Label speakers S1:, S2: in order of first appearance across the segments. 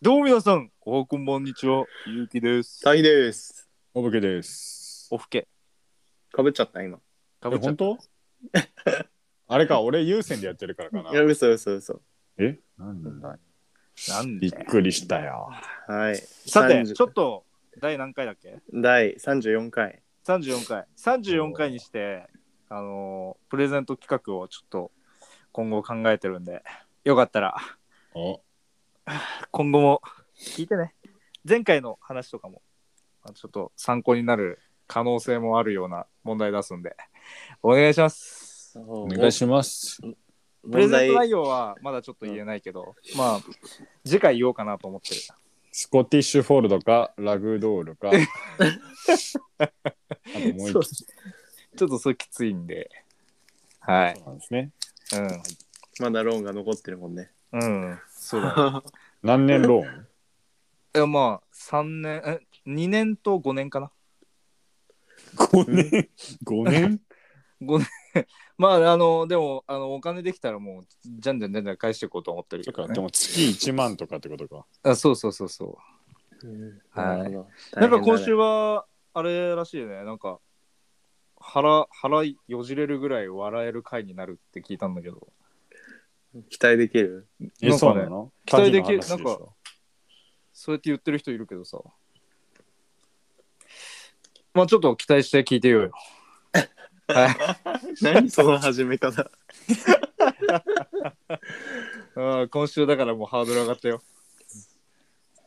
S1: どうも皆さん、おはこんばんにちは、ゆうきです。
S2: 大ヒです。
S3: おぶけです。
S1: おふけ。
S2: かぶっちゃった今。
S1: か
S3: え、
S1: ぶっちゃっ
S3: 本当あれか、俺優先でやってるからか
S2: いや、
S3: な。
S2: 嘘嘘嘘。
S3: えなんだ
S1: た。なん
S3: びっ
S1: で
S3: くりしたよ。
S2: はい。
S1: さて、
S2: 30
S1: ちょっと、第何回だっけ
S2: 第34回。
S1: ?34 回。34回にして、あのープレゼント企画をちょっと、今後考えてるんで、よかったら、
S3: お
S1: 今後も聞いてね。前回の話とかも、まあちょっと参考になる可能性もあるような問題出すんで、お願いします。
S3: お
S2: お
S3: 願いします。
S1: プレ
S2: 問
S1: ゼン
S2: 題
S1: ト内容はまだちょっと言えないけど、まあ、次回言おうかなと思ってる。
S3: スコティッシュフォールドか、ラグドールか。あともう
S1: そう
S3: 一つ
S1: ちょっとそれきついんで。はい。
S3: なんですね。
S2: まだローンが残ってるも んね。
S1: うん。うん。そう だ、ね。
S2: う
S3: 何年ローン
S1: いやまあ、三年、え、2年と5年かな。
S3: ?5 年 ?5 年
S1: 5年。まあ、あの、でも、あの、お金できたらもう、じゃんじゃんじゃんじゃん返していこうと思ってる
S3: と
S1: け
S3: か、
S1: ど、
S3: で
S1: ね。
S3: も月1万とかってことか。
S1: あそうそうそうそ
S2: ん
S1: はい
S2: なるほ
S1: う。
S2: ど
S1: なんか今週は、あれらしいね。なんか、腹、腹よじれるぐらい笑える回になるって聞いたんだけど。
S2: 期待できる
S3: え、
S1: なんかね
S3: そうなの
S1: 期待できる
S3: 二人の話しょ
S1: そうやって言ってる人いるけどさ。まあちょっと期待して聞いてよ よ。はい。
S2: 何その始め方。
S1: うん、今週だからもうハードル上がったよ。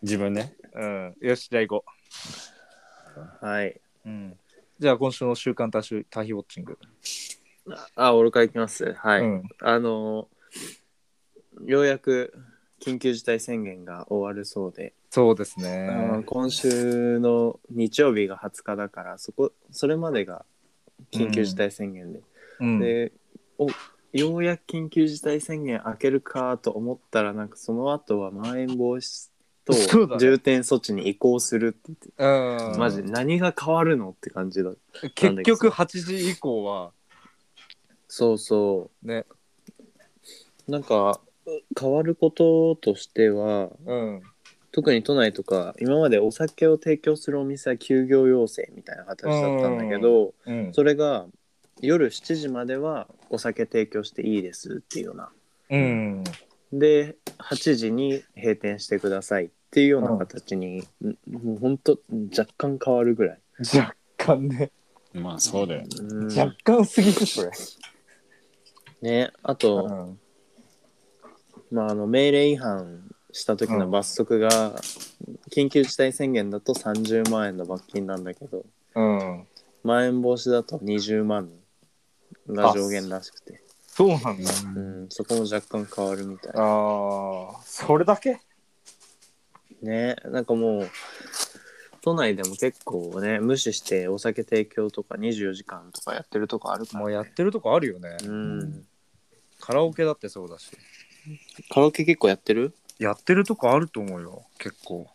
S3: 自分ね。
S1: うん。よし、じゃあ行こ
S2: はい。
S1: う。うん。じゃあ今週の週刊多週多比ウォッチング。
S2: あ、俺からいきます。はい。
S1: うん。
S2: あのーようやく緊急事態宣言が終わるそうで、
S1: そうです
S2: あの
S1: ね。
S2: 今週の日曜日が20日だから、そこ、それまでが緊急事態宣言で、
S1: うん。
S2: でおようやく緊急事態宣言明けるかと思ったらなんかその後はまん延防止
S1: そうだ
S2: 等
S1: ね
S2: 重点措置に移行するって言って、
S1: うん、
S2: マジ何が変わるのって感じだ
S1: 結局8時以降は、
S2: そうそ
S1: ね。
S2: うなんか変わることとしては
S1: うん。
S2: 特に都内とか今までお酒を提供するお店は休業要請みたいな形だったんだけど、
S1: うん。
S2: それが夜7時まではお酒提供していいですっていうような
S1: うん。
S2: で8時に閉店してくださいっていうような形に、もうほんと若干変わるぐらい、
S1: 若干ね。
S3: まあ、そうだよね。
S2: うん
S1: 若干すぎる、それ。
S2: ねあ
S1: う
S2: と、
S1: ん。
S2: まあ、あの命令違反した時の罰則が、緊急事態宣言だと30万円の罰金なんだけど
S1: うん。
S2: まん延防止だと20万が上限らしくて、
S1: そうなんだ。
S2: うん、そこも若干変わるみたい
S1: ああ、それだけ
S2: ねなんかもう都内でも結構ね無視してお酒提供とか24時間とかやってるとこあるから、ね、
S1: もうやってるとこあるよね。
S2: うん
S1: カラオケだってそうだし。
S2: カラオケ結構やってる
S1: やってるとこあると思うよ、結構。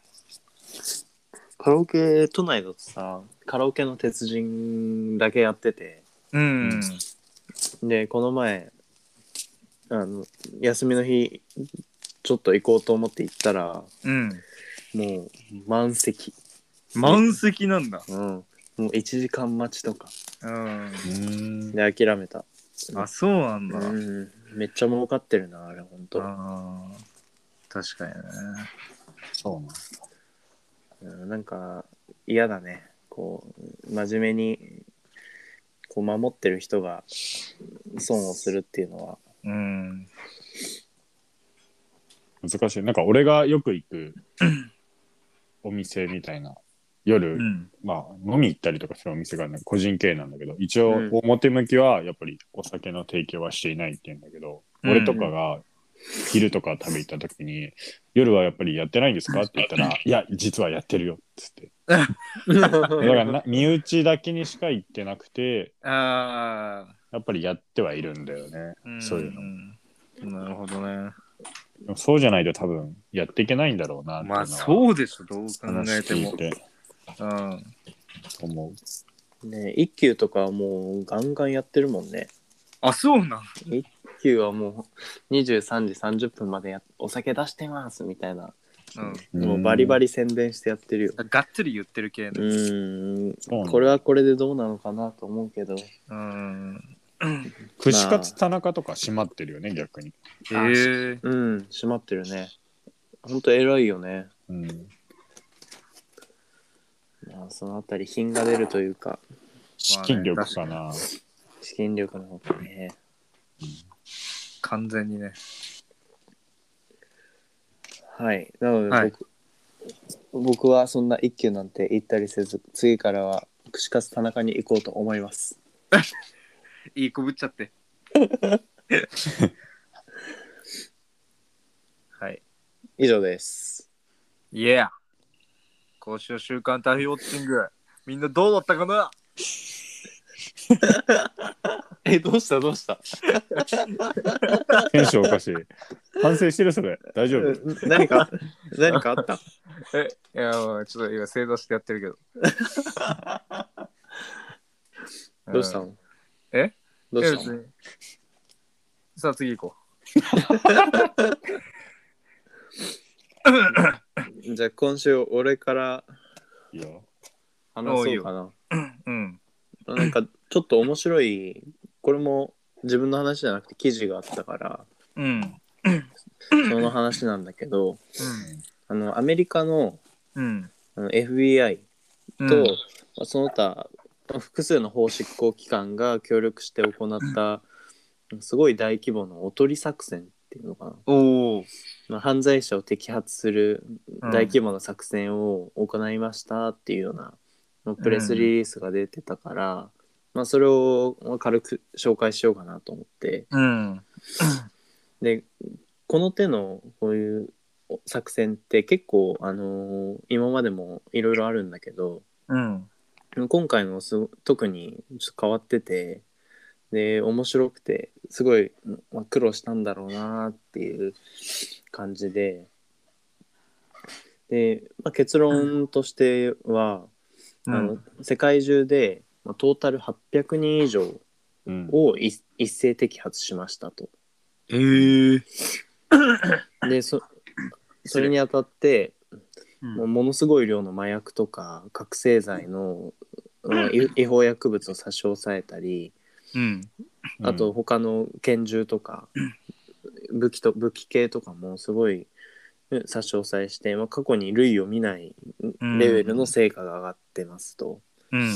S2: カラオケ都内だとさカラオケの鉄人だけやってて
S1: うん。
S2: でこの前あの休みの日ちょっと行こうと思って行ったら
S1: うん。
S2: もう満席、
S1: 満席なんだ。
S2: うん、もう1時間待ちとか
S1: うん。
S3: うん。
S2: で諦めた、
S1: あ、そうなんだ。
S2: うん、めっちゃ儲かってるなあれほんと、
S1: あー確かにね。
S3: そうなん
S2: うんなんか嫌だねこう真面目にこう守ってる人が損をするっていうのは
S1: うん。
S3: 難しいなんか俺がよく行くお店みたいな夜、
S1: うん。
S3: まあ飲み行ったりとかするお店があるんだけど個人経営なんだけど一応
S2: うん
S3: 表向きはやっぱりお酒の提供はしていないって言うんだけど、
S1: うん
S3: 俺とかが昼とか食べ行った時に夜はやっぱりやってないんですかって言ったら「いや実はやってるよ」っつってだからな身内だけにしか行ってなくて
S1: ああ、
S3: やっぱりやってはいるんだよね、
S1: うん
S3: そういうの
S1: なるほどね。
S3: でもそうじゃないと多分やっていけないんだろうなっていうの
S1: ま
S3: は
S1: あそうでしょ、どう考
S3: 話
S1: えて
S3: 聞
S1: も
S3: い。て
S1: うん。
S3: 思 う
S2: ね一休とかはもうガンガンやってるもんね
S1: あ、そうなんだ。
S2: 一休はもう23時30分までやお酒出してますみたいな
S1: うん
S2: もうバリバ
S3: リ。
S2: リ宣伝してやってるよ。
S1: がっつり言ってる系
S2: う
S1: ね。
S2: ーん
S3: そうなんだ
S2: これはこれでどうなのかなと思うけど
S1: うん。
S3: 串カツ田中とか閉まってるよね、逆に。
S1: へえ。
S2: うん閉まってるねほんと偉いよね
S3: うん。
S2: まあそのあたり品が出るというか
S3: 資金力かな。
S2: 資金力の方がね
S1: 完全にね。
S2: はいなので僕,、
S1: はい
S2: 僕はそんな一休なんて行ったりせず次からは串カツ田中に行こうと思います
S1: いいこぶっちゃって。 はい。
S2: 以上です
S1: イエー今週週刊タフィーウォッチング。みんなどうだったかな
S2: えどうしたどうした
S3: テンションおかしい。反省してる、それ。大丈夫。
S2: 何か何かあった
S1: え、いや、もうちょっと今正座してやってるけど。
S2: どうした
S1: ん
S2: の
S1: え
S2: どうした
S1: いや別
S2: の
S1: にさあ次行こ
S2: じゃあ今週俺から
S3: いいよ。
S2: 話そうかな
S1: う。 うん。
S2: なんかちょっと面白いこれも自分の話じゃなくて記事があったから
S1: うん。
S2: その話なんだけどあのアメリカの
S1: うん。
S2: あの FBI
S1: う
S2: と、
S1: ん。
S2: まあその他複数の法執行機関が協力して行ったすごい大規模のおとり作戦っていうのかな、
S1: おお。
S2: まあ、犯罪者を摘発する大規模な作戦を行いましたっていうような、まあプレスリリースが出てたから、まあ、それをまあ軽く紹介しようかなと思って。
S1: うん。
S2: でこの手のこういう作戦って結構、あのー今までもいろいろあるんだけど
S1: うん。
S2: 今回のすご特にちょっと変わっててで面白くてすごい、まあ、苦労したんだろうなっていう感じでで、まあ、結論としては、
S1: うん。
S2: あの世界中で、まあ、トータル800人以上
S3: うん。
S2: をい一斉摘発しましたと。
S1: えー。
S2: でそそれにあたって、
S1: うん
S2: もうものすごい量の麻薬とか覚醒剤の、うんい違法薬物を差し押さえたり
S1: うん。
S2: あと、他の拳銃とか、武器と武器系とかもすごいうん差し押さえして、まあ、過去に類を見ない
S1: うん
S2: レベルの成果が上がってますと。
S1: うん。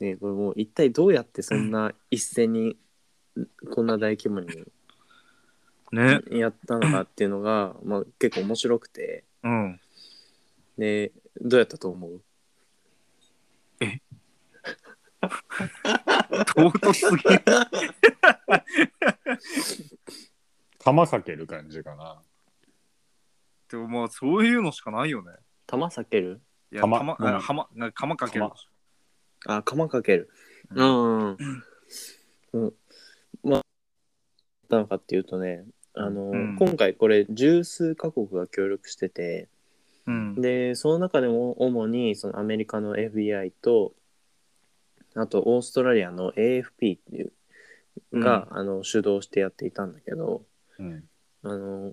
S2: ね、これもう一体どうやってそんな一斉にこんな大規模に
S1: ね。
S2: やったのかっていうのが、まあ、結構面白くて
S1: うん。
S2: でどうやったと思う
S1: 唐突すぎる。
S3: 玉かける感じかな。
S1: でもまあそういうのしかないよね。
S2: 玉避ける
S1: いや、
S3: 玉
S1: 玉、
S3: うん
S1: あ浜、なんか玉かける。
S2: あ鎌かける
S1: う
S2: うん、うん、まあなのかっていうとねあの、
S1: うん
S2: 今回これ十数カ国が協力してて
S1: うん。
S2: でその中でも主にそのアメリカの FBI とあとオーストラリアの AFP っていうが、あの主導してやっていたんだけど
S3: うん。
S2: あの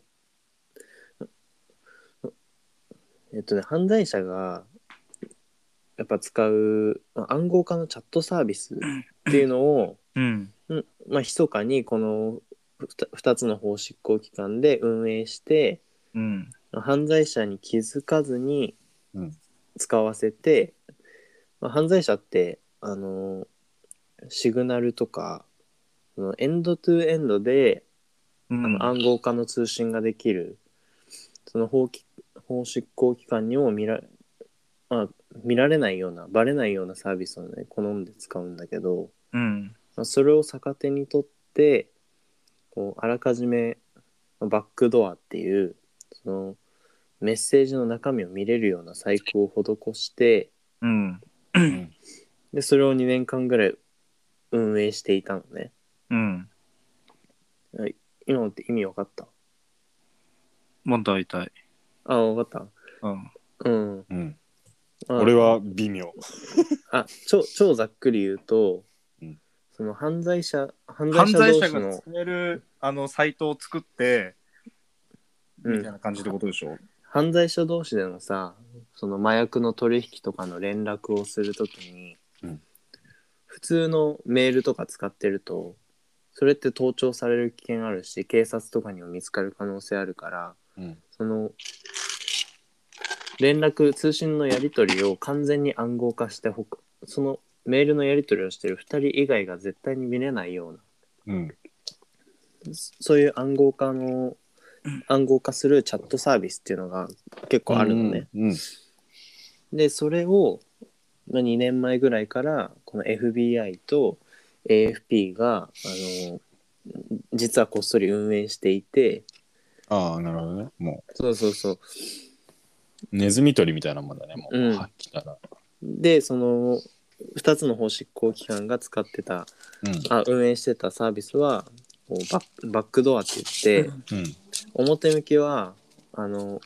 S2: えっとね犯罪者がやっぱ使うまあ暗号化のチャットサービスっていうのを
S1: うん。
S2: うんまあ密かにこの 2, つの法執行機関で運営して
S1: うん。
S2: 犯罪者に気づかずに
S3: うん
S2: 使わせて、まあ犯罪者ってあのシグナルとかそのエンドトゥエンドで
S1: う
S2: あ
S1: ん。
S2: の暗号化の通信ができるその法き法執行機関にも見ら,、まあ、見られないようなバレないようなサービスをね好んで使うんだけど、
S1: うん。
S2: まあ、それを逆手にとってこうあらかじめまあバックドアっていうそのメッセージの中身を見れるような細工を施して
S1: うん。
S3: うん
S2: でそれを2年間ぐらい運営していたのね
S1: うん。
S2: 今のって意味分かった
S1: まあ大体。
S2: あ分かっ
S1: うん。
S2: たうん
S3: うん。
S2: あ
S3: 俺は微妙。
S2: あ超超ざっくり言うと、
S3: うん
S2: その犯罪者犯罪
S1: 犯
S2: 者
S1: 罪
S2: 同
S1: 者
S2: 士
S1: が
S2: の
S1: 作れる、あの、サイトを作って、
S2: うん
S1: みたいな感じってことでしょ。
S2: 犯罪者同士でのさその麻薬の取引とかの連絡をするときに、
S3: うん
S2: 普通のメールとか使ってるとそれって盗聴される危険あるし警察とかにも見つかる可能性あるから
S3: うん
S2: その連絡通信のやり取りを完全に暗号化してほかそのメールのやり取りをしてる2人以外が絶対に見れないような
S3: うん
S2: そういう暗号化の暗号化するチャットサービスっていうのが結構あるのね。
S3: うん
S2: でそれをまあ2年前ぐらいからこの FBI と AFP があの実はこっそり運営していて
S3: ああなるほどねも
S2: そうそうそう
S3: うネズミ捕りみたいなもんだねもう、
S2: うん
S3: はっきり言ったら
S2: でその2つの法執行機関が使ってたあ運営してたサービスはこうバッバックドアって言って。
S3: うんうん
S2: 表向きはあの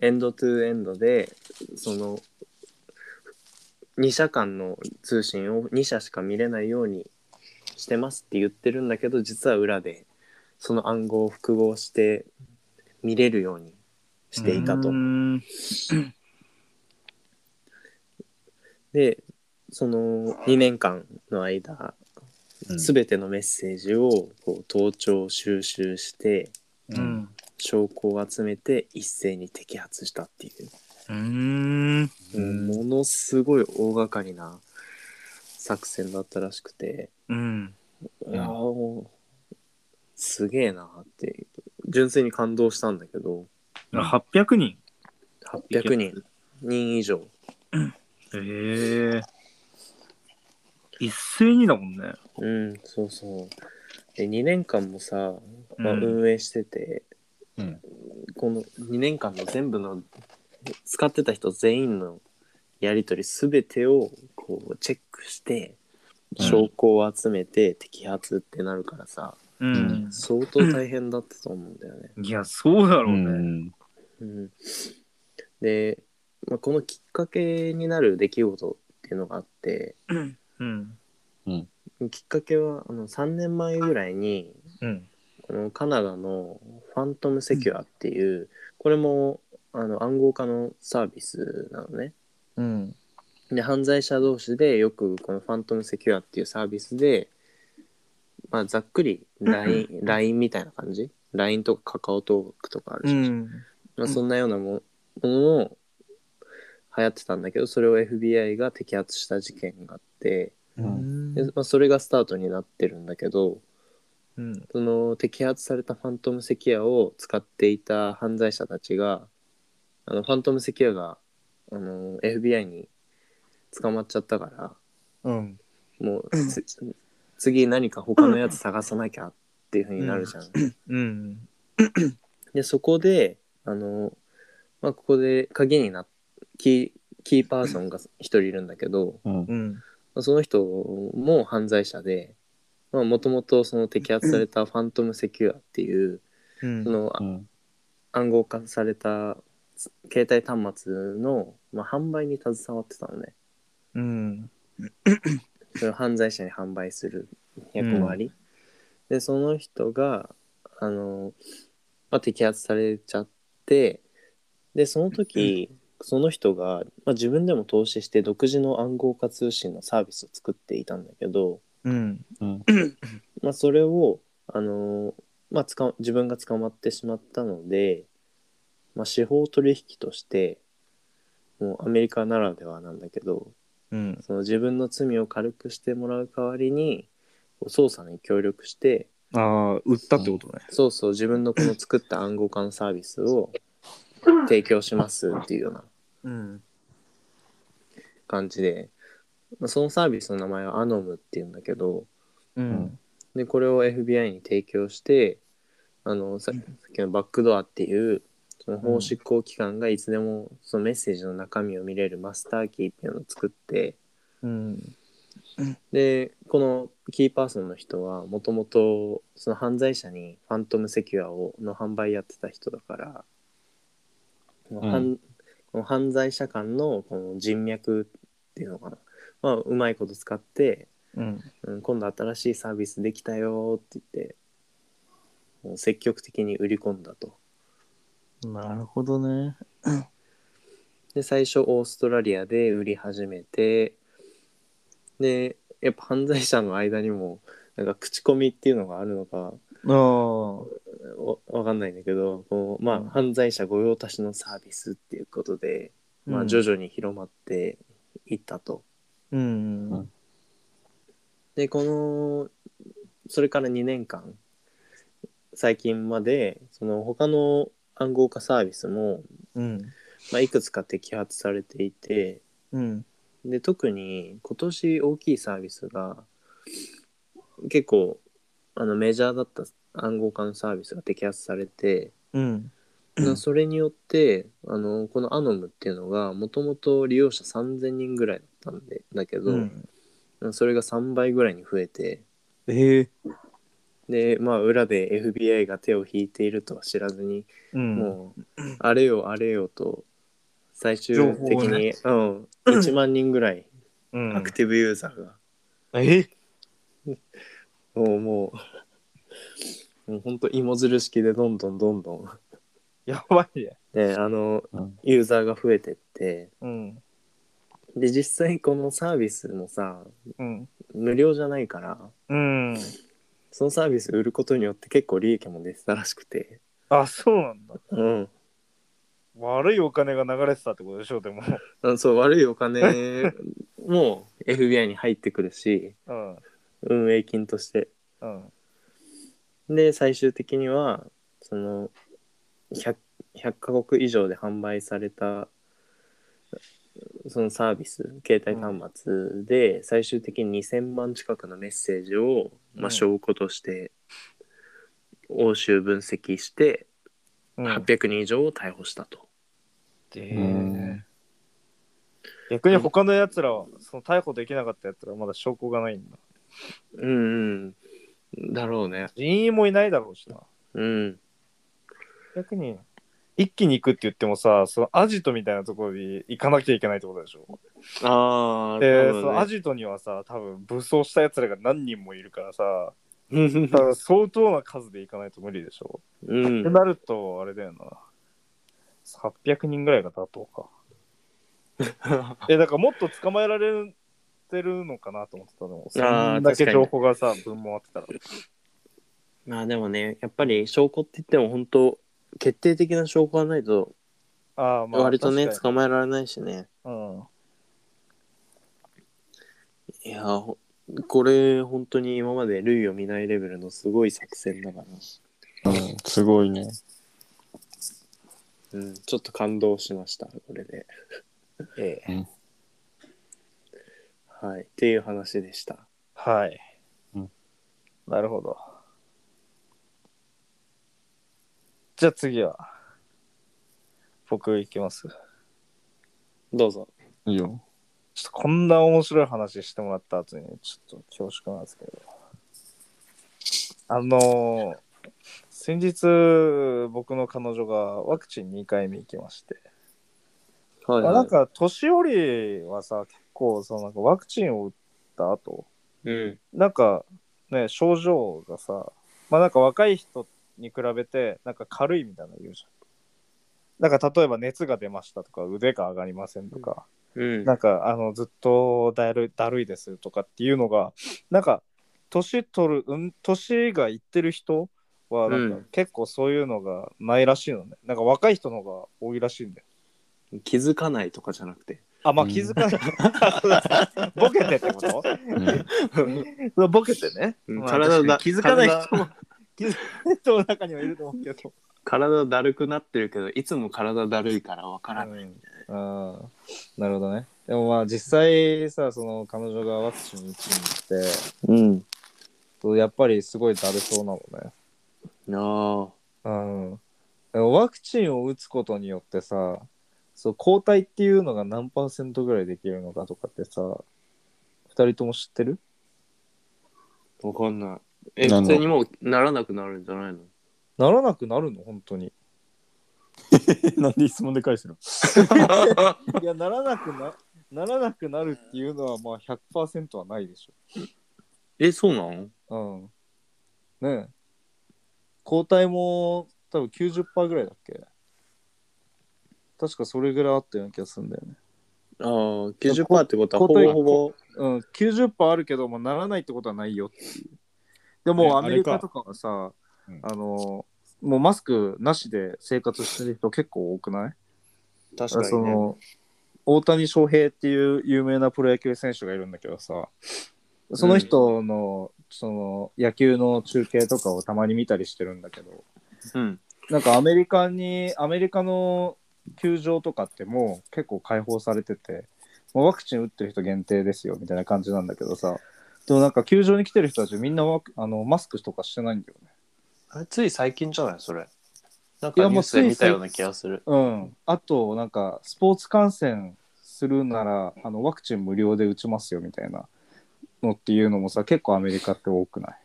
S2: エンドトゥエンドでその2社間の通信を2社しか見れないようにしてますって言ってるんだけど実は裏でその暗号を複合して見れるようにしていたと
S1: うー。ん
S2: でその2年間の間
S3: うん
S2: 全てのメッセージをこう盗聴収集して
S3: うん
S2: 証拠を集めて一斉に摘発したっていう。
S1: うーん
S3: うん
S2: ものすごい大掛かりな作戦だったらしくて、
S1: うん
S3: ん
S2: いやーもうすげえなーって純粋に感動したんだけど
S1: 800人
S2: 800人人以上
S1: ええ一斉にだもんね
S2: うんそうそうで2年間もさ、まあ、
S1: うん
S2: 運営してて、
S3: うん
S2: この2年間の全部の使ってた人全員のやり取り全てをこうチェックして
S3: うん
S2: 証拠を集めて摘発ってなるからさ、
S1: うん、
S2: 相当大変だったと思うんだよね。
S1: いやそうだろう
S3: う
S1: ね、
S3: ん
S2: うん、で、まあ、このきっかけになる出来事っていうのがあって
S1: うん
S2: きっかけはあの3年前ぐらいに
S1: うん
S2: このカナダのファントムセキュアっていう、これもあの暗号化のサービスなのね。
S1: うん
S2: で犯罪者同士でよくこのファントムセキュアっていうサービスで、まあ、ざっくり LINE, LINE みたいな感じ LINE とかカカオトークとかある
S1: う
S2: じゃん
S1: ん
S2: まあ、
S1: うん
S2: そんなようなもものも流行ってたんだけどそれを FBI が摘発した事件があって
S3: う
S1: うんん
S2: で、まあ、それがスタートになってるんだけど
S1: うん
S2: その摘発されたファントムセキュアを使っていた犯罪者たちがあのファントムセキュアがあの FBI に捕まっちゃったから
S1: うん
S2: もうつ次何か他のやつ探さなきゃっていうふうになるじゃん。
S1: うん
S2: でそこであの、まあ、ここで鍵になっキーキーパーソンが一人いるんだけど、
S3: うん
S1: うん
S2: まあその人も犯罪者でもともと摘発されたファントムセキュアっていう
S1: うん
S2: その
S3: う
S2: あ
S3: ん
S2: 暗号化されたつ携帯端末の、まあ、販売に携わってたのね
S1: うん
S2: それを犯罪者に販売する役割、でその人があの、まあ、摘発されちゃってでその時その人が、まあ、自分でも投資して独自の暗号化通信のサービスを作っていたんだけど、
S1: うん
S3: うん
S2: まあ、それをあの、まあ、つか自分が捕まってしまったので、まあ、司法取引としてもうアメリカならではなんだけど
S1: うん
S2: その自分の罪を軽くしてもらう代わりにこう捜査に協力して
S1: ああ売ったってことね
S2: そうそう自分のこの作った暗号化のサービスを提供しますっていうような
S1: うん
S2: 感じでまあそのサービスの名前はアノムっていうんだけど
S1: うん
S2: でこれを FBI に提供してあのささっきのバックドアっていうその法執行機関がいつでもそのメッセージの中身を見れるマスターキーっていうのを作って
S1: うん
S2: でこのキーパーソンの人はもともとその犯罪者にファントムセキュアをの販売やってた人だから、この犯この犯罪者間のこの人脈っていうのかな、まあ、うまいこと使って、
S1: うん
S2: うん、今度新しいサービスできたよって言ってもう積極的に売り込んだと。
S1: なるほどね
S2: で最初オーストラリアで売り始めてでやっぱ犯罪者の間にもなんか口コミっていうのがあるのか
S1: あ
S2: おわかんないんだけどこう、ま
S1: うん
S2: あ、犯罪者御用達のサービスっていうことで、ま
S1: う
S2: あ、
S1: ん
S2: 徐々に広まっていったと。
S1: うん
S3: うん
S2: でこのそれから2年間最近までその他の暗号化サービスも、
S1: うん
S2: まあ、いくつか摘発されていて
S1: うん
S2: で特に今年大きいサービスが結構あのメジャーだった暗号化のサービスが摘発されて、
S1: うん
S2: なそれによってあのこのアノムっていうのがもともと利用者3000人ぐらいだったんでだけど、
S1: うん
S2: それが3倍ぐらいに増えて
S1: ええ
S2: でまあ裏で FBI が手を引いているとは知らずに、
S1: うん
S2: もうあれよあれよと最終的
S1: 情報を
S2: に、
S1: ね
S2: うん、1万人ぐらい
S1: うん
S2: アクティブユーザーが、
S1: え
S2: もうもうも うほんと芋づる式でどんどんどんどん、
S1: やばいね
S2: ね、あの
S3: うん
S2: ユーザーが増えてって
S1: うん
S2: で実際このサービスもさ
S1: うん
S2: 無料じゃないから
S1: うん
S2: そのサービス売ることによって結構利益も出てたらしくて
S1: あそうなんだ
S2: うん
S1: 悪いお金が流れてたってことでしょでも
S2: あそう悪い お金も FBI に入ってくるし
S1: うん
S2: 運営金として
S1: うん
S2: で最終的にはその 100, 100カ国以上で販売されたそのサービス携帯端末で最終的に2000万近くのメッセージを、ま
S1: う
S2: あ、
S1: ん
S2: 証拠として欧州分析して
S1: うん
S2: 800人以上を逮捕したと。
S1: で逆に他のやつらはその逮捕できなかったやつらはまだ証拠がないんだ
S2: うんうん。だろうね。
S1: 人員もいないだろうしな
S2: うん。
S1: 逆に一気に行くって言ってもさそのアジトみたいなところに行かなきゃいけないってことでしょ
S2: ああ、
S1: で、
S2: 多分
S1: そのアジトにはさ多分武装したやつらが何人もいるからさ
S2: ね
S1: 多分相当な数で行かないと無理でしょ、
S2: うん
S1: ってなるとあれだよな800人ぐらいが妥当かえだからもっと捕まえられてるのかなと思ってたの
S2: あー
S1: そんだけ
S2: 確か
S1: 情
S2: に
S1: 報がさ分回ってたら
S2: まあでもね、やっぱり証拠って言っても本当決定的な証拠がないと、
S1: ああまあ
S2: 割とね、
S1: 確か
S2: 捕まえられないしね。
S1: にうん
S2: いや、ほこれ本当に今まで類を見ないレベルのすごい作戦だから、
S3: うん、すごいね。
S2: うん、ちょっと感動しました、これで。
S1: ええ
S2: はい。っていう話でした。
S1: はい、
S3: うん
S1: なるほどじゃあ次は僕行きます
S2: どうぞ。
S3: いいよ。
S1: ちょっとこんな面白い話してもらった後に、ちょっと恐縮なんですけど。あのー先日、僕の彼女がワクチン2回目行きまして。
S2: はい、
S1: まあなんか、年寄りはさ、結構、そのなんかワクチンを打った後、
S2: うん。
S1: なんかね、症状がさ、まあなんか若い人に比べて、なんか軽いみたいなの言うじゃん。なんか例えば熱が出ましたとか、腕が上がりませんとか、
S2: うん。
S1: なんかあのずっとだるいだるいですとかっていうのがなんか年取る、うん、年がいってる人はなんか
S2: うん
S1: 結構そういうのがないらしいのね、なんか若い人の方が多いらしいんだよ
S2: 気づかないとかじゃなくて。
S1: あまあ
S3: うん
S1: 気づかない、 ボケてってこと
S3: うん
S1: そうボケてね、
S2: うん
S1: まあ
S2: 体だ
S1: 確かに気づかない人も 気づかない人の中にはいると思うけ ど
S2: 体だるくなってるけどいつも体だるいからわからな
S1: う
S2: い、
S1: んあーなるほどねでもまあ実際さその彼女がワクチン打ちに行って
S2: うん
S1: やっぱりすごいだるそうなのね
S2: あ
S1: うん、ワクチンを打つことによってさそう抗体っていうのが何パーセントぐらいできるのかとかってさ二人とも知ってる
S2: あわかんないえ
S3: なん
S2: 普
S3: の
S2: 通にもうならなくなるんじゃ ないの
S1: ならなくなるの本当に
S3: なんで質問で返すの
S1: いやならなくなならなくなるっていうのはまあ100%はないでし
S2: えそうなの
S1: ょうんねえ抗体も多分90%ぐらいだっけ確かそれぐらいあったような気がするんだよね。
S2: ああ、90%ってことは
S1: こ
S2: ほぼほぼ。
S1: うん、90%あるけどもならないってことはないよっていう。でもアメリカとかはさ、
S3: あれ
S1: あの、もうマスクなしで生活してる人結構多くない
S2: 確
S1: その大谷翔平っていう有名なプロ野球選手がいるんだけどさその人の,、その野球の中継とかをたまに見たりしてるんだけど
S2: うん。
S1: なんかアメリカにアメリカの球場とかってもう結構解放されててもうワクチン打ってる人限定ですよみたいな感じなんだけどさでもなんか球場に来てる人たちみんなワクあのマスクとかしてないんだよね。
S2: あれつい最近じゃないそれ。なん
S1: い
S2: か
S1: や
S2: ニュ
S1: もう
S2: ースで
S1: つい
S2: 見たような気がする。
S1: うん、あとなんかスポーツ観戦するならあのワクチン無料で打ちますよみたいなのっていうのもさ結構アメリカって多くない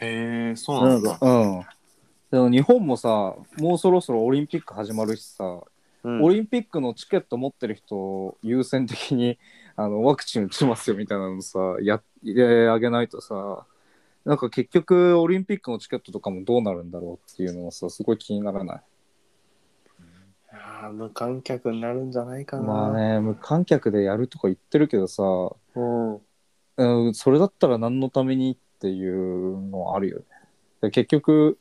S2: へえ、そう
S1: なんかうんでも日本もさもうそろそろオリンピック始まるしさ、
S2: うん
S1: オリンピックのチケット持ってる人を優先的に あのワクチン打ちますよみたいなのさや入れあげないとさなんか結局オリンピックのチケットとかもどうなるんだろうっていうのはさすごい気にならない
S2: ああ、無観客になるんじゃないかな。
S1: まあね無観客でやるとか言ってるけどさ、
S2: うん。
S1: うん、それだったら何のためにっていうのはあるよねで結局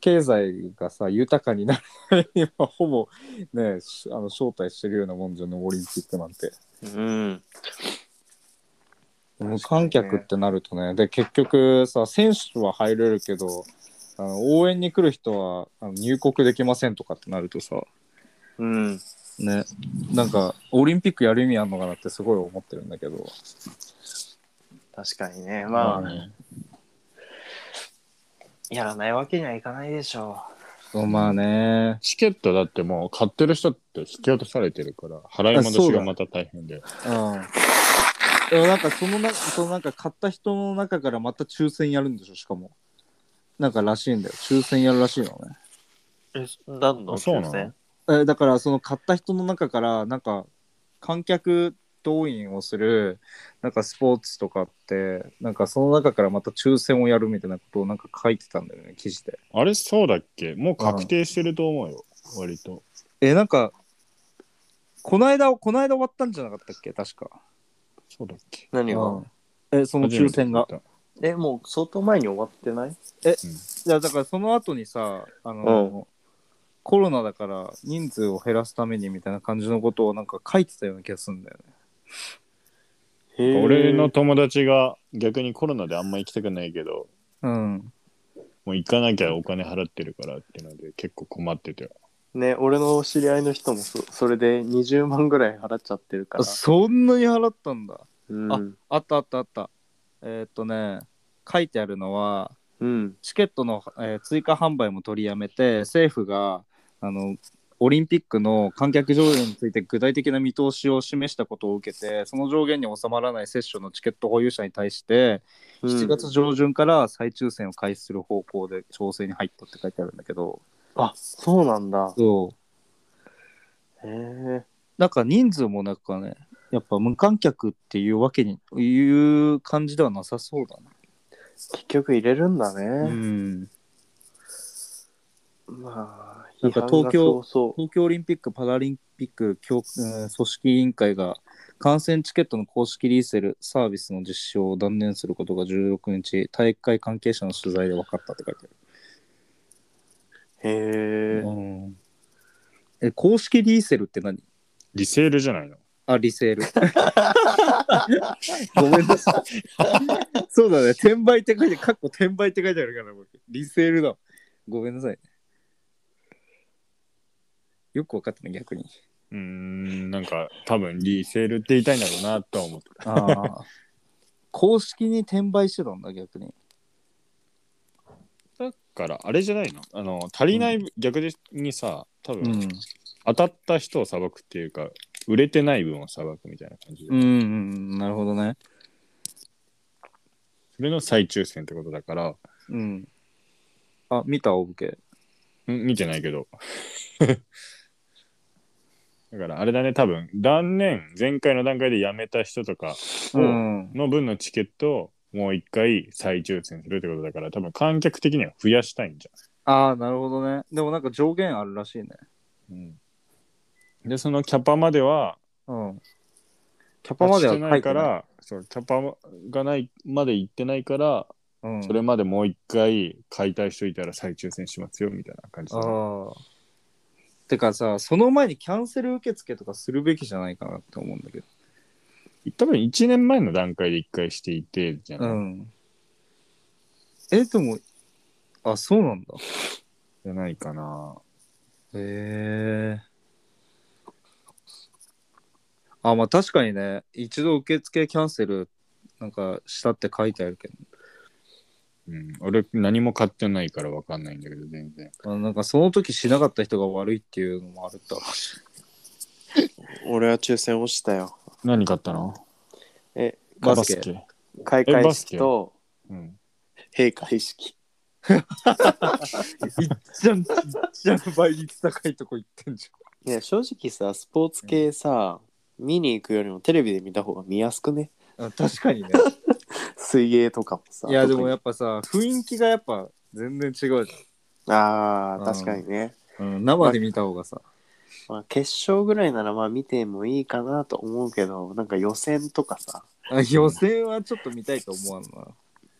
S1: 経済がさ豊かになるためにまあほぼねしあの招待してるようなもんじゃねオリンピックなんて
S2: うん。
S1: 無観客ってなるとねで結局さ選手は入れるけどあの応援に来る人はあの入国できませんとかってなるとさ
S2: うん。
S1: ねなんかオリンピックやる意味あんのかなってすごい思ってるんだけど
S2: 確かにね。まあ、
S1: うん
S2: やらないわけにはいかないでしょ
S1: そうまあね。
S3: チケットだってもう買ってる人って引き落とされてるから、払い戻しがまた大変で。
S1: うん。でもなんかそのな、そのなんか買った人の中からまた抽選やるんでしょ、しかも。なんからしいんだよ。抽選やるらしいのね。
S2: う。え、何の
S3: あそうなの
S2: 抽
S1: えーだからその買った人の中から、なんか観客動員をする、なんかスポーツとかって、なんかその中からまた抽選をやるみたいなことをなんか書いてたんだよね、記事で。
S3: あれそうだっけもう確定してると思うよ、割と。
S1: えーなんか、この間、この間終わったんじゃなかったっけ、確か。
S3: そうだっけ
S2: 選何
S1: う
S2: が
S1: んえーその抽選が。。
S2: え、もう相当前に終わってない
S1: いやだからその後にさあの、コロナだから人数を減らすためにみたいな感じのことをなんか書いてたような気がするんだよね。
S2: へー
S3: 俺の友達が逆にコロナであんま行きたくないけど、
S1: うん。
S3: もう行かなきゃお金払ってるからってので結構困ってて。
S2: ね、俺の知り合いの人もそそれで20万ぐらい払っちゃってるから。
S1: そんなに払ったんだ。
S2: うん。
S1: あったあったあった。えーっとね書いてあるのは
S2: うん。
S1: チケットの、えー追加販売も取りやめて政府があのオリンピックの観客上限について具体的な見通しを示したことを受けてその上限に収まらないセッションのチケット保有者に対して7月上旬から再抽選を開始する方向で調整に入ったって書いてあるんだけど、
S2: あ、そうなんだ。
S1: そう
S2: へえ。
S1: なんか人数もなんかね、やっぱ無観客っていうわけに、いう感じではなさそうだ
S2: 結局入れるんだ
S1: な。
S2: ね。
S1: ん。
S2: まあ、
S1: なんか東京
S2: そう
S1: 東京オリンピック・パラリンピック協、うん組織委員会が観戦チケットの公式リーセルサービスの実施を断念することが16日、大会関係者の取材で分かったって書いてある。
S2: へえ。
S1: うん、え、公式リーセルって何
S3: リセールじゃないの
S1: あ、リセール。ごめんなさい。そうだね。転売って書いて、かっこ転売って書いてあるから、僕リセールだ。ごめんなさい。よく分かったね、逆に。
S3: うーん、なんか多分リセールって言いたいんだろうなとは思ってた。
S1: ああ。公式に転売してたんだ、逆に。
S3: だからあれじゃないのあの、足りない、逆にさ、多分、
S1: うん。
S3: 当たった人を裁くっていうか、売れてない分を裁くみたいな感じで、
S1: うん、うん、なるほどね。
S3: それの再抽選ってことだから、
S1: うん。あ、見た、オブケ。
S3: ん見てないけど。 だからあれだね、多分断念、前回の段階でやめた人とか
S1: うん。
S3: の分のチケットをもう一回再抽選するってことだから、多分観客的には増やしたいんじゃ
S1: ああ、なるほどね。でもなんか上限あるらしいね。
S3: ん。うん、でそのキャパまでは
S1: うん。キャ
S3: キ
S1: パまでは
S3: てないか
S1: 書い
S3: らそうキャパがないまで行ってないから、
S1: てない、うん、
S3: それまでもう一回解体しといたら再抽選しますよみたいな感じで
S1: ああ。てかさ、その前にキャンセル受付とかするべきじゃないかなって思うんだけど。
S3: 多分1年前の段階で一回していてじゃ
S1: う
S3: ない,、
S1: ん。え、でも、あ、そうなんだ。
S3: じゃないかな
S1: へえ。あ、まあ確かにね、一度受付キャンセルなんかしたって書いてあるけど、
S3: うん、俺何も買ってないから分かんないんだけど全然
S1: あなんかその時しなかった人が悪いっていうのもあるだろうし。
S2: 俺は抽選をしたよ。
S3: 何買ったの
S2: え、
S1: バスケ
S2: 開
S3: え
S2: 会
S3: バスケ
S2: 式と
S3: うん、
S2: 閉会式。
S1: いっちゃん、いっちゃん倍率高いとこ行ってんじ
S2: いや、正直さ、スポーツ系さ、見に行くよりもテレビで見た方が見やすくね。
S1: ゃん。確か にね。
S2: 水泳とかもさ。
S1: いや、で
S2: 特に
S1: もやっぱさ、雰囲気がやっぱ全然違うじ
S2: あ
S1: うん
S2: あ、確かにね。
S1: ゃん。うん、生で見た方がさ。
S2: まあ、決勝ぐらいならまあ見てもいいかなと思うけど、なんか予選とかさ。
S1: あ予選はちょっと見たいと思わんな。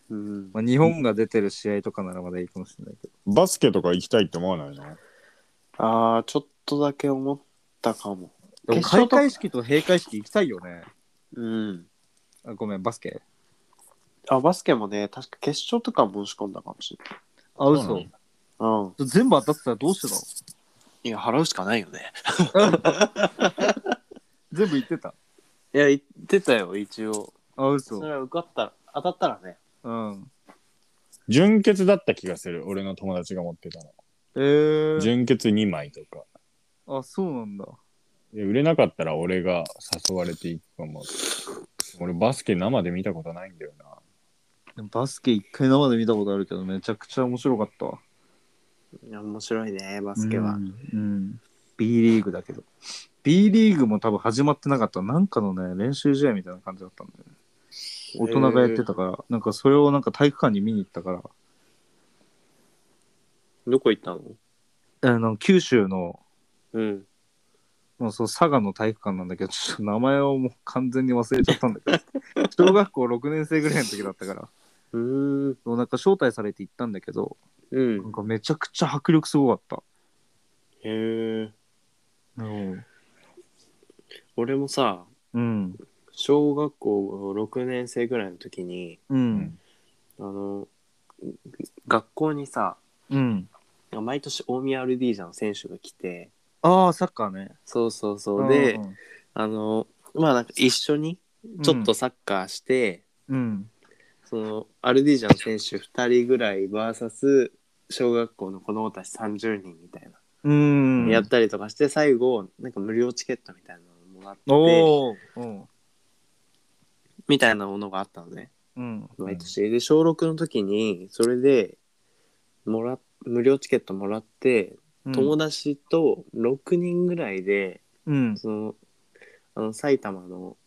S2: うん。
S1: まあ、日本が出てる試合とかならまだいいかもしれないけど。
S3: バスケとか行きたいって思わないの
S2: ああ、ちょっとだけ思ったかも。
S1: でも
S2: 決
S1: 開
S2: 勝とか
S1: 会式と閉会式行きたいよね。
S2: うん。
S1: あごめん、バスケ。
S2: あ、バスケもね、確か決勝とか申し込んだかもしれない。
S1: あ、
S3: そう
S1: 嘘
S3: な。の
S2: うん。
S1: 全部当たってたらどうしてたの
S2: いや、払うしかないよね。
S1: 全部行ってた。
S2: いや、言ってたよ、一応。
S1: あ、
S2: そ
S1: 嘘。
S2: れは受かったら、当たったらね。
S1: うん。
S3: 純潔だった気がする俺の友達が持ってたの
S1: えー、
S3: 純潔2枚とか
S1: あ、そうなんだ。
S3: で売れなかったら俺が誘われていくかも俺バスケ生で見たことないんだよな
S1: でもバスケ一回生で見たことあるけど、めちゃくちゃ面白かったわ。
S2: いや、面白いね、バスケは。
S1: うん。うん、B リーグだけど。B リーグも多分始まってなかった。なんかのね、練習試合みたいな感じだったんだよね。大人がやってたから、なんかそれをなんか体育館に見に行ったから、
S2: どこ行ったの
S1: あの九州の
S2: うん。
S1: もうそう佐賀の体育館なんだけど、ちょっと名前をもう完全に忘れちゃったんだけど、 小学校6年生ぐらいの時だったから、
S2: うーん。
S1: そうなんか招待されて行ったんだけど、
S2: う。
S1: なんんかめちゃくちゃ迫力すごかっ
S2: へえ。
S1: た。うん。
S2: 俺もさ、
S1: うん。
S2: 小学校6年生ぐらいの時に、
S1: うん。
S2: あの、学校にさ、
S1: うん。
S2: 毎年大宮アルディージャの選手が来て、
S1: ああ、サッカーね。
S2: そうそうそう。で、
S1: うん
S2: あの、まあなんか一緒にちょっと、サッカーして、
S1: うん。
S2: そのアルディージャの選手2人ぐらい VS 小学校の子供たち30人みたいな、
S1: うん。
S2: やったりとかして最後なんか無料チケットみたいなのもらって
S1: おお。うん。
S2: みたいなものがあったのね
S1: うん。
S2: 毎年で小6の時にそれでもら無料チケットもらって友達と6人ぐらいで
S1: うん。
S2: そのあの埼玉の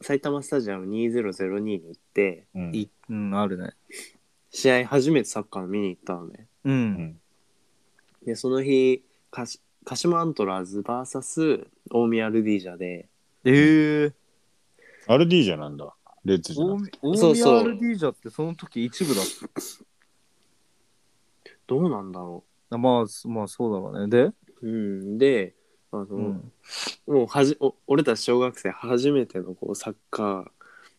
S2: 埼玉スタジアム2002に行って
S3: うん
S1: いうん、あるね。
S2: 試合初めてサッカー見に行ったのね
S1: う。
S3: うんん
S2: でその日鹿し鹿島アントラーズ VS 大宮ルディージャで
S1: ええ。
S3: アルディージャなんだレッズじゃな
S1: 大
S3: くて
S1: 宮大
S2: そう
S1: 宮
S2: そう
S1: アルディージャってその時一部だっ
S2: どうなんだろ
S1: た。まあ、まあそうだろうね。で、
S2: う、うん、であの、
S1: うん。
S2: もうはじお俺たち小学生初めてのこうサッカー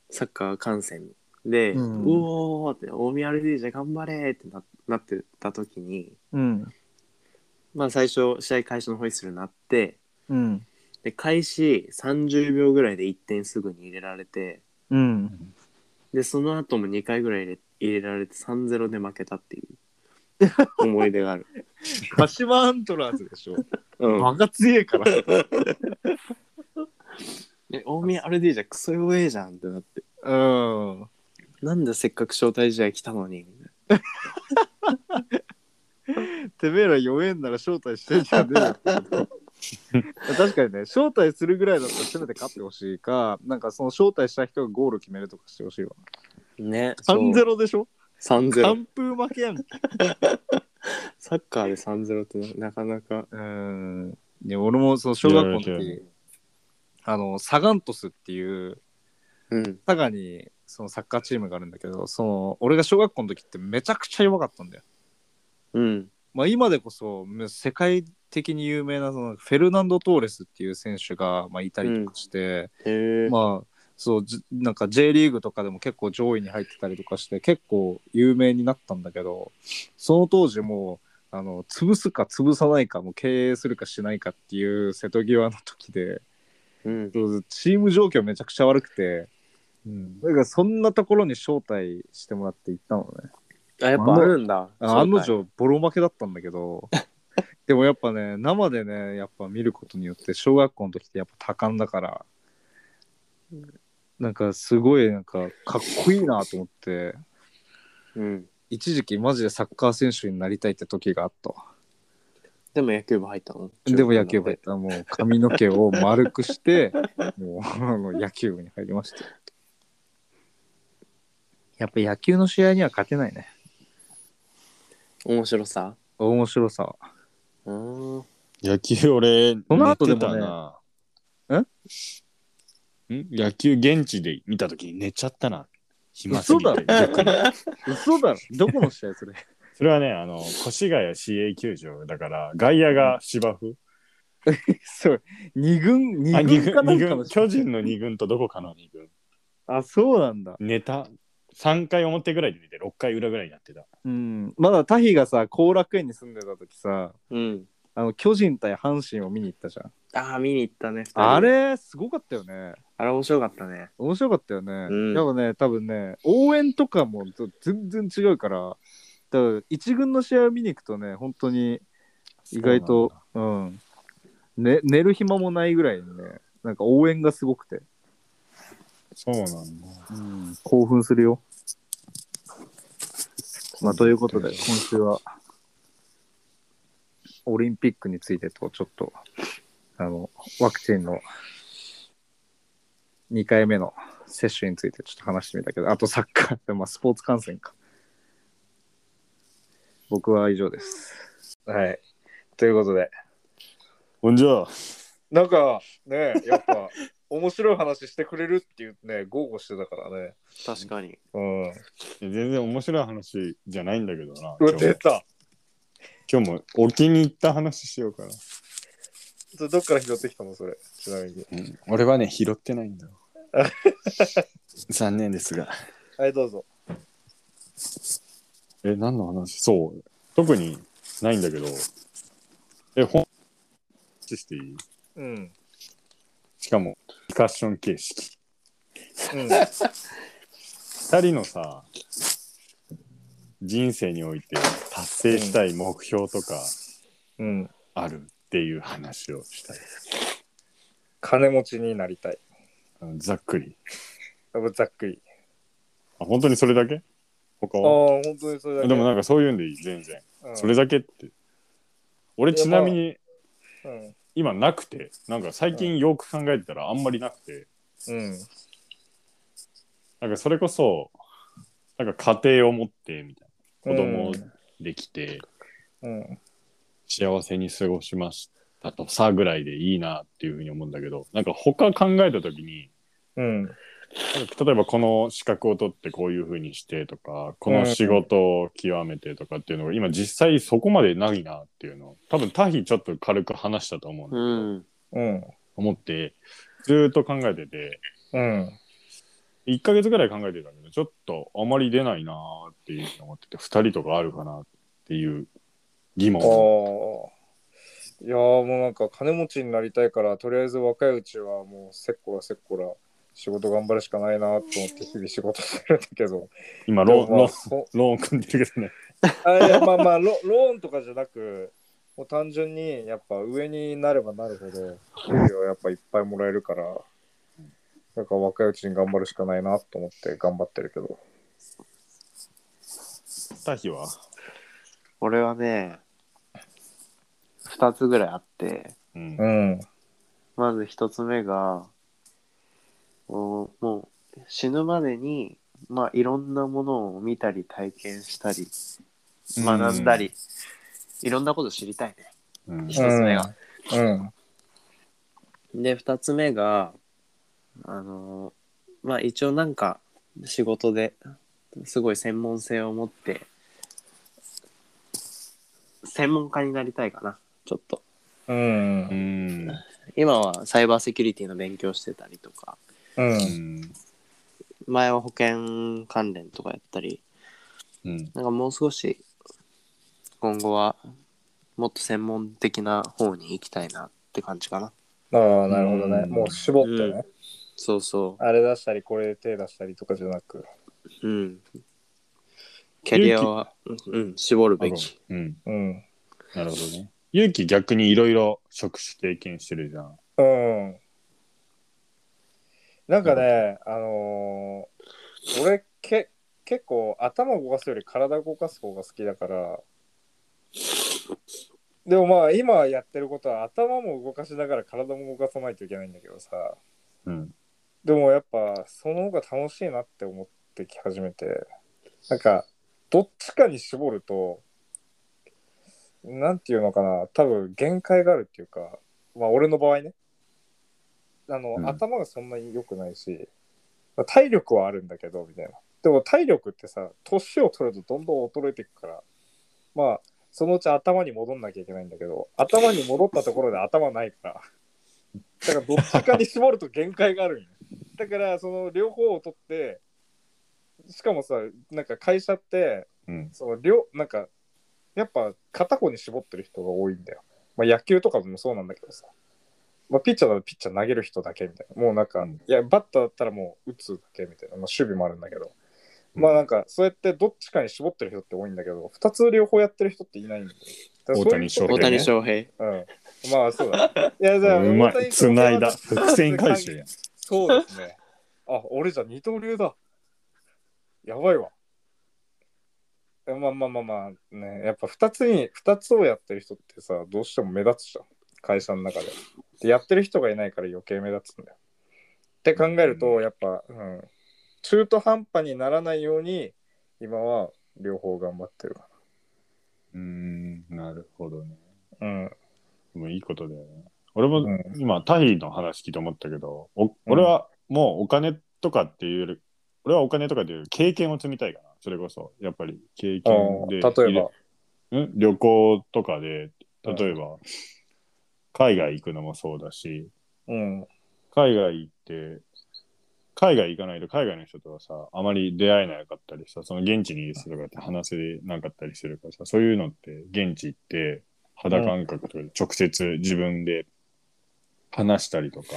S2: サッカー観戦で、
S1: う
S2: うんおーって大宮ルディージャ頑張れってななってた時に、
S1: うん。
S2: まあ、最初試合開始のホイッスルなって
S1: うん。
S2: で開始30秒ぐらいで1点すぐに入れられて
S1: うん。
S2: でその後も2回ぐらい入れ入れられて3-0で負けたっていう 思い出がある。
S1: 鹿島アントラーズでしょ。
S2: うん、
S1: 間が強えから。
S2: え大宮アルディージャクソ弱えじゃんってなって
S1: うん。
S2: なんでせっかく招待試合来たのにみたい
S1: てめえら弱えんなら招待してんじゃねえ よ。確かにね、招待するぐらいだったらせめて勝ってほしいか、なんかその招待した人がゴール決めるとかしてほしいわ。
S2: なね
S1: 3-0でしょ
S2: 3-0
S1: ?3 風負けやん。
S2: サッカーで3-0ってななかなか
S1: うん。で、俺もそう小学校の
S3: いやいやい
S1: 時、あの、サガントスっていう、
S2: うん。
S1: 佐賀にそのサッカーチームがあるんだけど、その、俺が小学校の時ってめちゃくちゃ弱かったんだよ。
S2: うん。
S1: まあ今でこそ、もう世界的に有名なそのフェルナンド・トーレスっていう選手が、まあ、いたりとかして、
S2: へえ。
S1: まあ、そうじなんか J リーグとかでも結構上位に入ってたりとかして結構有名になったんだけどその当時もうあの潰すか潰さないかもう経営するかしないかっていう瀬戸際の時で
S2: うん。
S1: そうチーム状況めちゃくちゃ悪くて、うん、だからそんなところに招待してもらって行ったのね
S2: あ、やっぱあるんだ。
S1: あ案の定ボロ負けだったんだけ どでもやっぱね生でねやっぱ見ることによって小学校の時ってやっぱ多感だからなんかすごいなんかかっこいいなと思って
S2: うん。
S1: 一時期マジでサッカー選手になりたいって時があったわ
S2: でも野球部入ったの
S1: でも野球部やっ。たもう髪の毛を丸くして もうあの野球部に入りましたやっぱ野球の試合には勝てないね
S2: 面白さ。
S1: 面白さは
S2: うん。うん
S3: 野球俺、
S1: その後でもね
S3: 寝てたな。ん野球現地で見たときに寝ちゃったな。暇すぎて
S1: 嘘だろ
S3: 逆に
S1: 嘘だろどこの試合それ
S3: それはね、あの、越谷 CA 球場だから、外野が芝生。
S1: そう二軍
S3: あ、
S1: 二
S3: 二
S1: 軍か
S3: 軍、
S1: な
S3: 二
S1: んかの
S3: 軍、巨人の二軍とどこかの二軍。
S1: あそうなんだ
S3: 寝た。3回表ぐらいで寝て、6回裏ぐらいになってた。
S1: うんまだタヒがさ後楽園に住んでた時さ
S2: うん。
S1: あの巨人対阪神を見に行ったじゃん
S2: ああ、見に行ったね。二人
S1: あれすごかったよね
S2: あれ面白かったね。
S1: 面白かったよね、
S2: うん
S1: やっぱね多分ね応援とかもず全然違うから多分一軍の試合を見に行くとね本当に意外とうんね、寝る暇もないぐらいにねなんか応援がすごくて、
S3: そうなんだ。
S1: 興奮するよまあということで今週はオリンピックについてとちょっとあのワクチンの2回目の接種についてちょっと話してみたけどあとサッカー、 まあ、スポーツ観戦か僕は以上ですはいということで
S3: ほんじゃあ、
S1: なんかねやっぱ面白い話してくれるっていうね豪語してたからね
S2: 確かに。
S1: うん
S3: 全然面白い話じゃないんだけどな。
S1: うわ
S3: 今日も
S1: 出た
S3: 今日も置きに行った話しようかな。
S1: それどっから拾ってきたのそれちなみに
S3: うん、俺はね、拾ってないんだよ。 残念ですが。
S1: はいどうぞ
S3: え、何の話そう。特にないんだけど。え、ほん、していい
S1: うん
S3: しかも、ディカッション形式。
S1: うん
S3: 二人のさ、人生において達成したい目標とか
S1: うん
S3: あるっていう話をしたい。
S1: 金持ちになりたい
S3: あのざっくり。
S1: ざっくり
S3: あ、本当にそれだけ他
S1: ああ
S3: は
S1: 本当にそれだけ
S3: でもなんかそういうんでいい、全然。
S1: うん
S3: それだけって。俺
S1: いや
S3: ちなみに、
S1: うん
S3: 今なくてなんか最近よく考えてたらあんまりなくて
S1: うん
S3: なんかそれこそなんか家庭を持ってみたいな子供できて
S1: うん
S3: 幸せに過ごしましたとさぐらいでいいなっていうふうに思うんだけどなんか他考えた時に
S1: うん
S3: なんか例えばこの資格を取ってこういうふうにしてとかこの仕事を極めてとかっていうのが今実際そこまでないなっていうのを多分タヒちょっと軽く話したと思うんだ
S2: う
S3: けど、
S2: ん。
S1: うん
S3: 思ってずーっと考えてて。
S1: うん
S3: 1ヶ月ぐらい考えてたけど、ちょっとあまり出ないなーっていうふうに思ってて、2人とかあるかなっていう疑
S1: あ
S3: 問
S1: あいやーもうなんか金持ちになりたいからとりあえず若いうちはもうせっこらせっこら仕事頑張るしかないなと思って日々仕事してるんだけど
S3: 今ローン、
S1: でもま
S3: ロ
S1: あ
S3: ー
S1: そ
S3: ン、ローン組んでるけどね。
S1: あいやまあまあロ ローンとかじゃなくもう単純にやっぱ上になればなるほど給料はやっぱいっぱいもらえるからだから若いうちに頑張るしかないなと思って頑張ってるけど
S3: タヒは。
S2: 俺はね、二つぐらいあって。
S3: うん
S1: う。ん
S2: まず一つ目が、おもう死ぬまでに、まあ、いろんなものを見たり体験したり学んだり、いろんなこと知りたいね
S3: うん。
S2: 一つ目が、
S1: うん
S2: で2つ目があのまあ一応なんか仕事ですごい専門性を持って専門家になりたいかなちょっと
S1: うん
S3: う。ん。
S2: 今はサイバーセキュリティの勉強してたりとか
S1: うん
S3: う。ん。
S2: 前は保険関連とかやったり
S3: うん。
S2: なんかもう少し今後はもっと専門的な方に行きたいなって感じかな
S1: ああ、なるほどね。
S3: うん
S1: もう絞ってね。
S2: そうそ
S1: あれ出したり、これ手出したりとかじゃなく。
S2: ううんキャリアは、うん、絞るべき
S3: うん。
S1: うん。
S3: なるほどね。勇気逆にいろいろ職種経験してるじゃん。
S1: うん。なんかね、あのー俺け、結構頭動かすより体動かす方が好きだから。でもまあ今やってることは頭も動かしながら体も動かさないといけないんだけどさ。
S3: うん。
S1: でもやっぱその方が楽しいなって思ってき始めてなんかどっちかに絞るとなんていうのかな多分限界があるっていうかまあ俺の場合ねあの、
S3: うん
S1: 頭がそんなに良くないし、まあ体力はあるんだけどみたいなでも体力ってさ年を取るとどんどん衰えていくからまあそのうち頭に戻んなきゃいけないんだけど頭に戻ったところで頭ないからだからどっちかに絞ると限界があるんよだからその両方を取ってしかもさなんか会社って
S3: うん。
S1: その両なんかやっぱ片方に絞ってる人が多いんだよ、まあ、野球とかもそうなんだけどさ、まあ、ピッチャーだとピッチャー投げる人だけみたいなもうなんか、
S3: うん
S1: いやバッターだったらもう打つだけみたいな、まあ、守備もあるんだけど、
S3: うん
S1: まあなんかそうやってどっちかに絞ってる人って多いんだけど2つ両方やってる人っていないんだよだからそういう人
S3: 大
S2: 大
S3: 谷
S2: 谷
S3: 翔
S2: 翔平
S1: うんまあそうだ。いや、じゃあ、
S3: うま
S1: 大
S3: い。
S1: 谷翔平
S3: 繋いだ。
S1: は
S3: 伏線回収やん。
S1: そうですね。あ、俺じゃ二刀流だ。やばいわ。えまあまあまあまあ、ね、やっぱ二つに、二つをやってる人ってさ、どうしても目立つじゃん。会社の中で。でやってる人がいないから余計目立つんだよ。って考えると、やっぱ、うん、中途半端にならないように、今は両方頑張ってるか
S3: うん。なるほどね。
S1: な。うん。
S3: でもいいことだよね。俺も
S1: うん
S3: 今、タヒの話聞いて思ったけど、お俺はもうお金とかっていうより、俺はお金とかっていう経験を積みたいかな。それこそ、やっぱり経
S1: あ
S3: 験で。
S1: ー例えば。
S3: ん旅行とかで、例えば、海外行くのもそうだし、
S1: うん。
S3: 海外行って、海外行かないと海外の人とはさ、あまり出会えなかったりさ、その現地にいる人とかって話せなかったりするからさ、そういうのって現地行って、肌感覚とかで直接自分で話したりとか、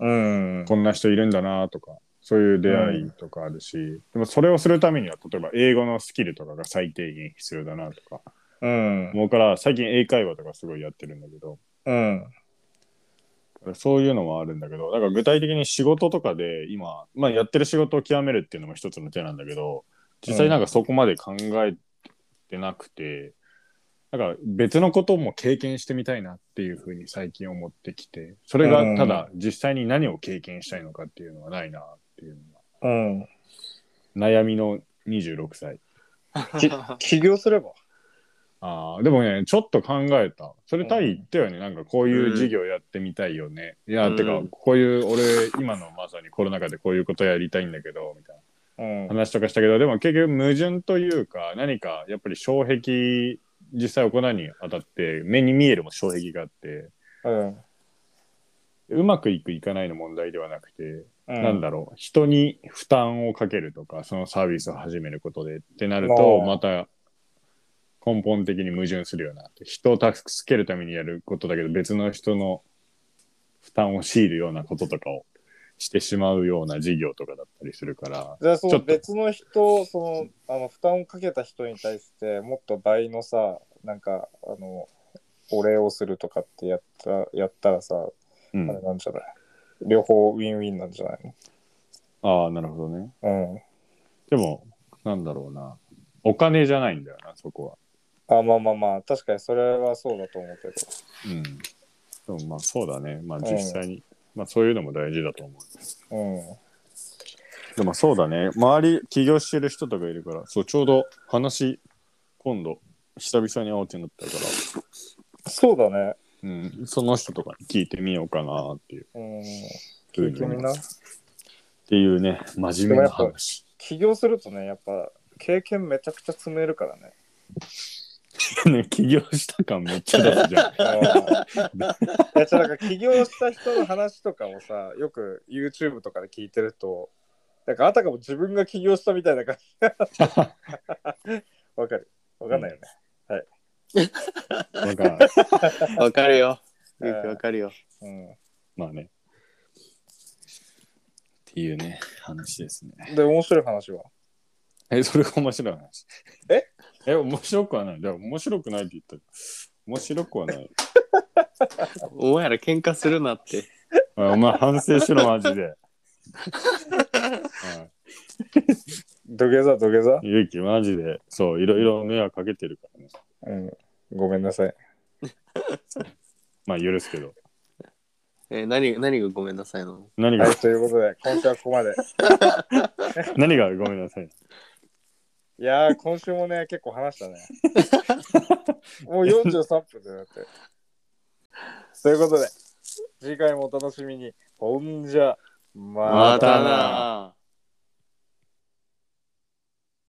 S1: うん。
S3: こんな人いるんだなとか、そういう出会いとかあるし、でもそれをするためには、例えば英語のスキルとかが最低限必要だなとか、
S1: うん。
S3: もうから最近英会話とかすごいやってるんだけど、
S1: うん。
S3: そういうのもあるんだけど、だから具体的に仕事とかで今、まあ、やってる仕事を極めるっていうのも一つの手なんだけど、実際なんかそこまで考えてなくて、なんか別のことも経験してみたいなっていうふうに最近思ってきて、それがただ実際に何を経験したいのかっていうのはないなっていうの
S1: うん。
S3: が悩みの26歳。
S1: き起業すれば。
S3: ああ、でもね、ちょっと考えた。それタイ言ったよね。なんかこういう事業やってみたいよね。いや、
S2: うん
S3: てか、こういう、俺、今のまさにコロナ禍でこういうことやりたいんだけど、みたい
S1: うん
S3: な。話とかしたけど、でも結局矛盾というか、何かやっぱり障壁、実際行うにあたって、目に見えるも障壁があって、
S1: うん。
S3: うまくいくいかないの問題ではなくて、なん
S1: だ
S3: だろう、人に負担をかけるとか、そのサービスを始めることでってなる
S1: あ
S3: と、
S1: ー
S3: また根本的に矛盾するよな。人を助けるためにやることだけど、別の人の負担を強いるようなこととかをしてしまうような事業とかだったりするから、
S1: じゃあそ
S3: ちょ
S1: の
S3: っと
S1: 別の人そのあの負担をかけた人に対してもっと倍のさなんかあのお礼をするとかってやったやったらさあ
S3: うん
S1: れなんじゃない、両方ウィンウィンなんじゃない
S3: ああ、なるほどね。
S1: の
S3: でも、なんだろうな。お金じゃないんだよな、そこは。
S1: うんあまあまあまあ確かにそれはそうだと思うけど
S3: うん。でもまあそうだね。まあ実際に、まあそういうのも大事だと思う。
S1: うん
S3: でもそうだね。周り起業してる人とかいるから、そう、ちょうど話、今度、久々に会おうってなったか
S1: そうだね
S3: うん、その人とかに聞いてみようかなっていう
S1: うん
S3: ふうに
S1: 結
S3: 思
S1: 局
S3: い
S1: な
S3: ます。っていうね、真面目な話。
S1: 起業するとねやっぱ経験めちゃくちゃ積めるからね
S3: ね、起業した感めっちゃ出す じ
S1: い
S3: ゃん。
S1: やちょなんか起業した人の話とかもさよく YouTube とかで聞いてるとなんかあたかも自分が起業したみたいな感じわかるわかんないよね、
S3: なんか、
S2: わかるよ。よくわかるよ。
S1: うん
S3: まあね。っていうね、話ですね。
S1: で面白い話は
S3: え、それが面白い話。
S1: え
S3: え、面白くはない。じゃ面白くないって言ったら。面白くはない。
S2: お前ら喧嘩するなって。
S3: おいお前反省しろ、マジで。はい
S1: 土下座土下座、
S3: ゆうき、マジで。そう、いろいろ迷惑かけてるからね。
S1: うん、ごめんなさい
S3: まあ、許すけど。
S2: えー何何がごめんなさいなの
S3: 何
S1: は
S3: が
S1: い、ということで、今週はここまで。
S3: 何がごめんなさい。
S1: いやー、今週もね、結構話したね。もう43分でだって。ということで、次回もお楽しみに。ほんじゃ、ま
S3: またな
S2: ま